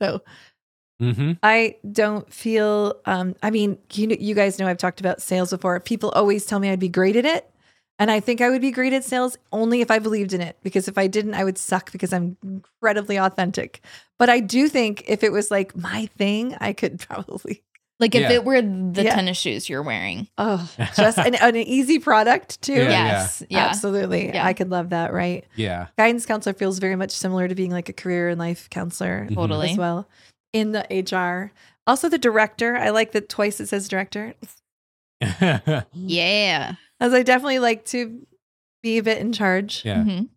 S1: So
S2: [laughs] mm-hmm.
S1: I don't feel. Um, I mean, you know, you guys know I've talked about sales before. People always tell me I'd be great at it, and I think I would be great at sales only if I believed in it. Because if I didn't, I would suck. Because I'm incredibly authentic. But I do think if it was like my thing, I could [laughs] probably
S3: Like if
S2: Yeah.
S3: it were the
S1: Yeah.
S3: tennis shoes you're wearing.
S1: oh just an, an easy product too.
S2: Yeah, yeah.
S3: yes. Yeah.
S1: Absolutely.
S3: Yeah.
S1: I could love that, right?
S2: Yeah. [laughs]
S1: Guidance counselor feels very much similar to being like a career and life counselor
S2: Mhm.
S3: Totally.
S1: as
S2: [gasps]
S1: well in the HR. Also, the director. I like that twice it says director. [laughs]
S2: yeah.
S3: Yeah.
S1: as I definitely like to be a bit in charge.
S2: Yeah.
S3: Mhm.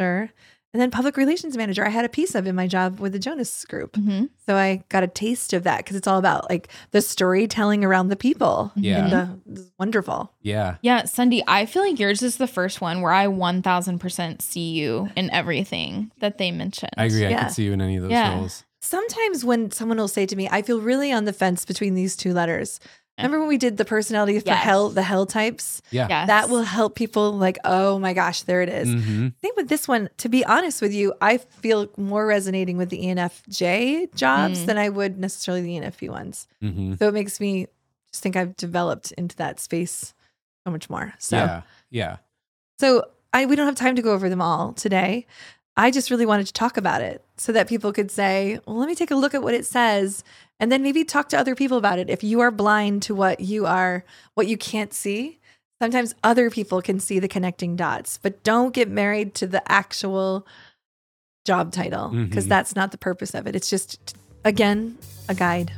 S1: Sure. And And then public relations manager, I had a piece of in my job with the Jonas group.
S3: Mhm.
S1: So I got a taste of that because it's all about like the storytelling around the people.
S2: Yeah.
S1: And
S3: uh,
S1: the, it's wonderful.
S2: Yeah.
S3: Yeah, Cindy, I feel like yours is the first one where I 1000% see you in everything that they mentioned.
S2: I agree. I
S1: Yeah.
S2: could see you in any of those
S3: Yeah.
S2: roles.
S1: Sometimes when someone will say to me, I feel really on the fence between these two letters. Remember when we did the personality for
S3: Yes.
S1: hell, the hell types?
S2: Yeah.
S3: Yes.
S1: That will help people like, oh my gosh, there it is.
S2: Mhm.
S1: I think with this one, to be honest with you, I feel more resonating with the E ENFJ jobs
S3: Mm.
S1: than I would necessarily the E ENFP ones.
S2: Mhm.
S1: So it makes me just think I've developed into that space so much more. So,
S2: Yeah. Yeah.
S1: so I we don't have time to go over them all today. I just really wanted to talk about it so that people could say, well, let me take a look at what it says and then maybe talk to other people about it. If you are blind to what you are, what you can't see, sometimes other people can see the connecting dots, but don't get married to the actual job title because
S2: Mhm.
S1: that's not the purpose of it. It's just, again, a guide.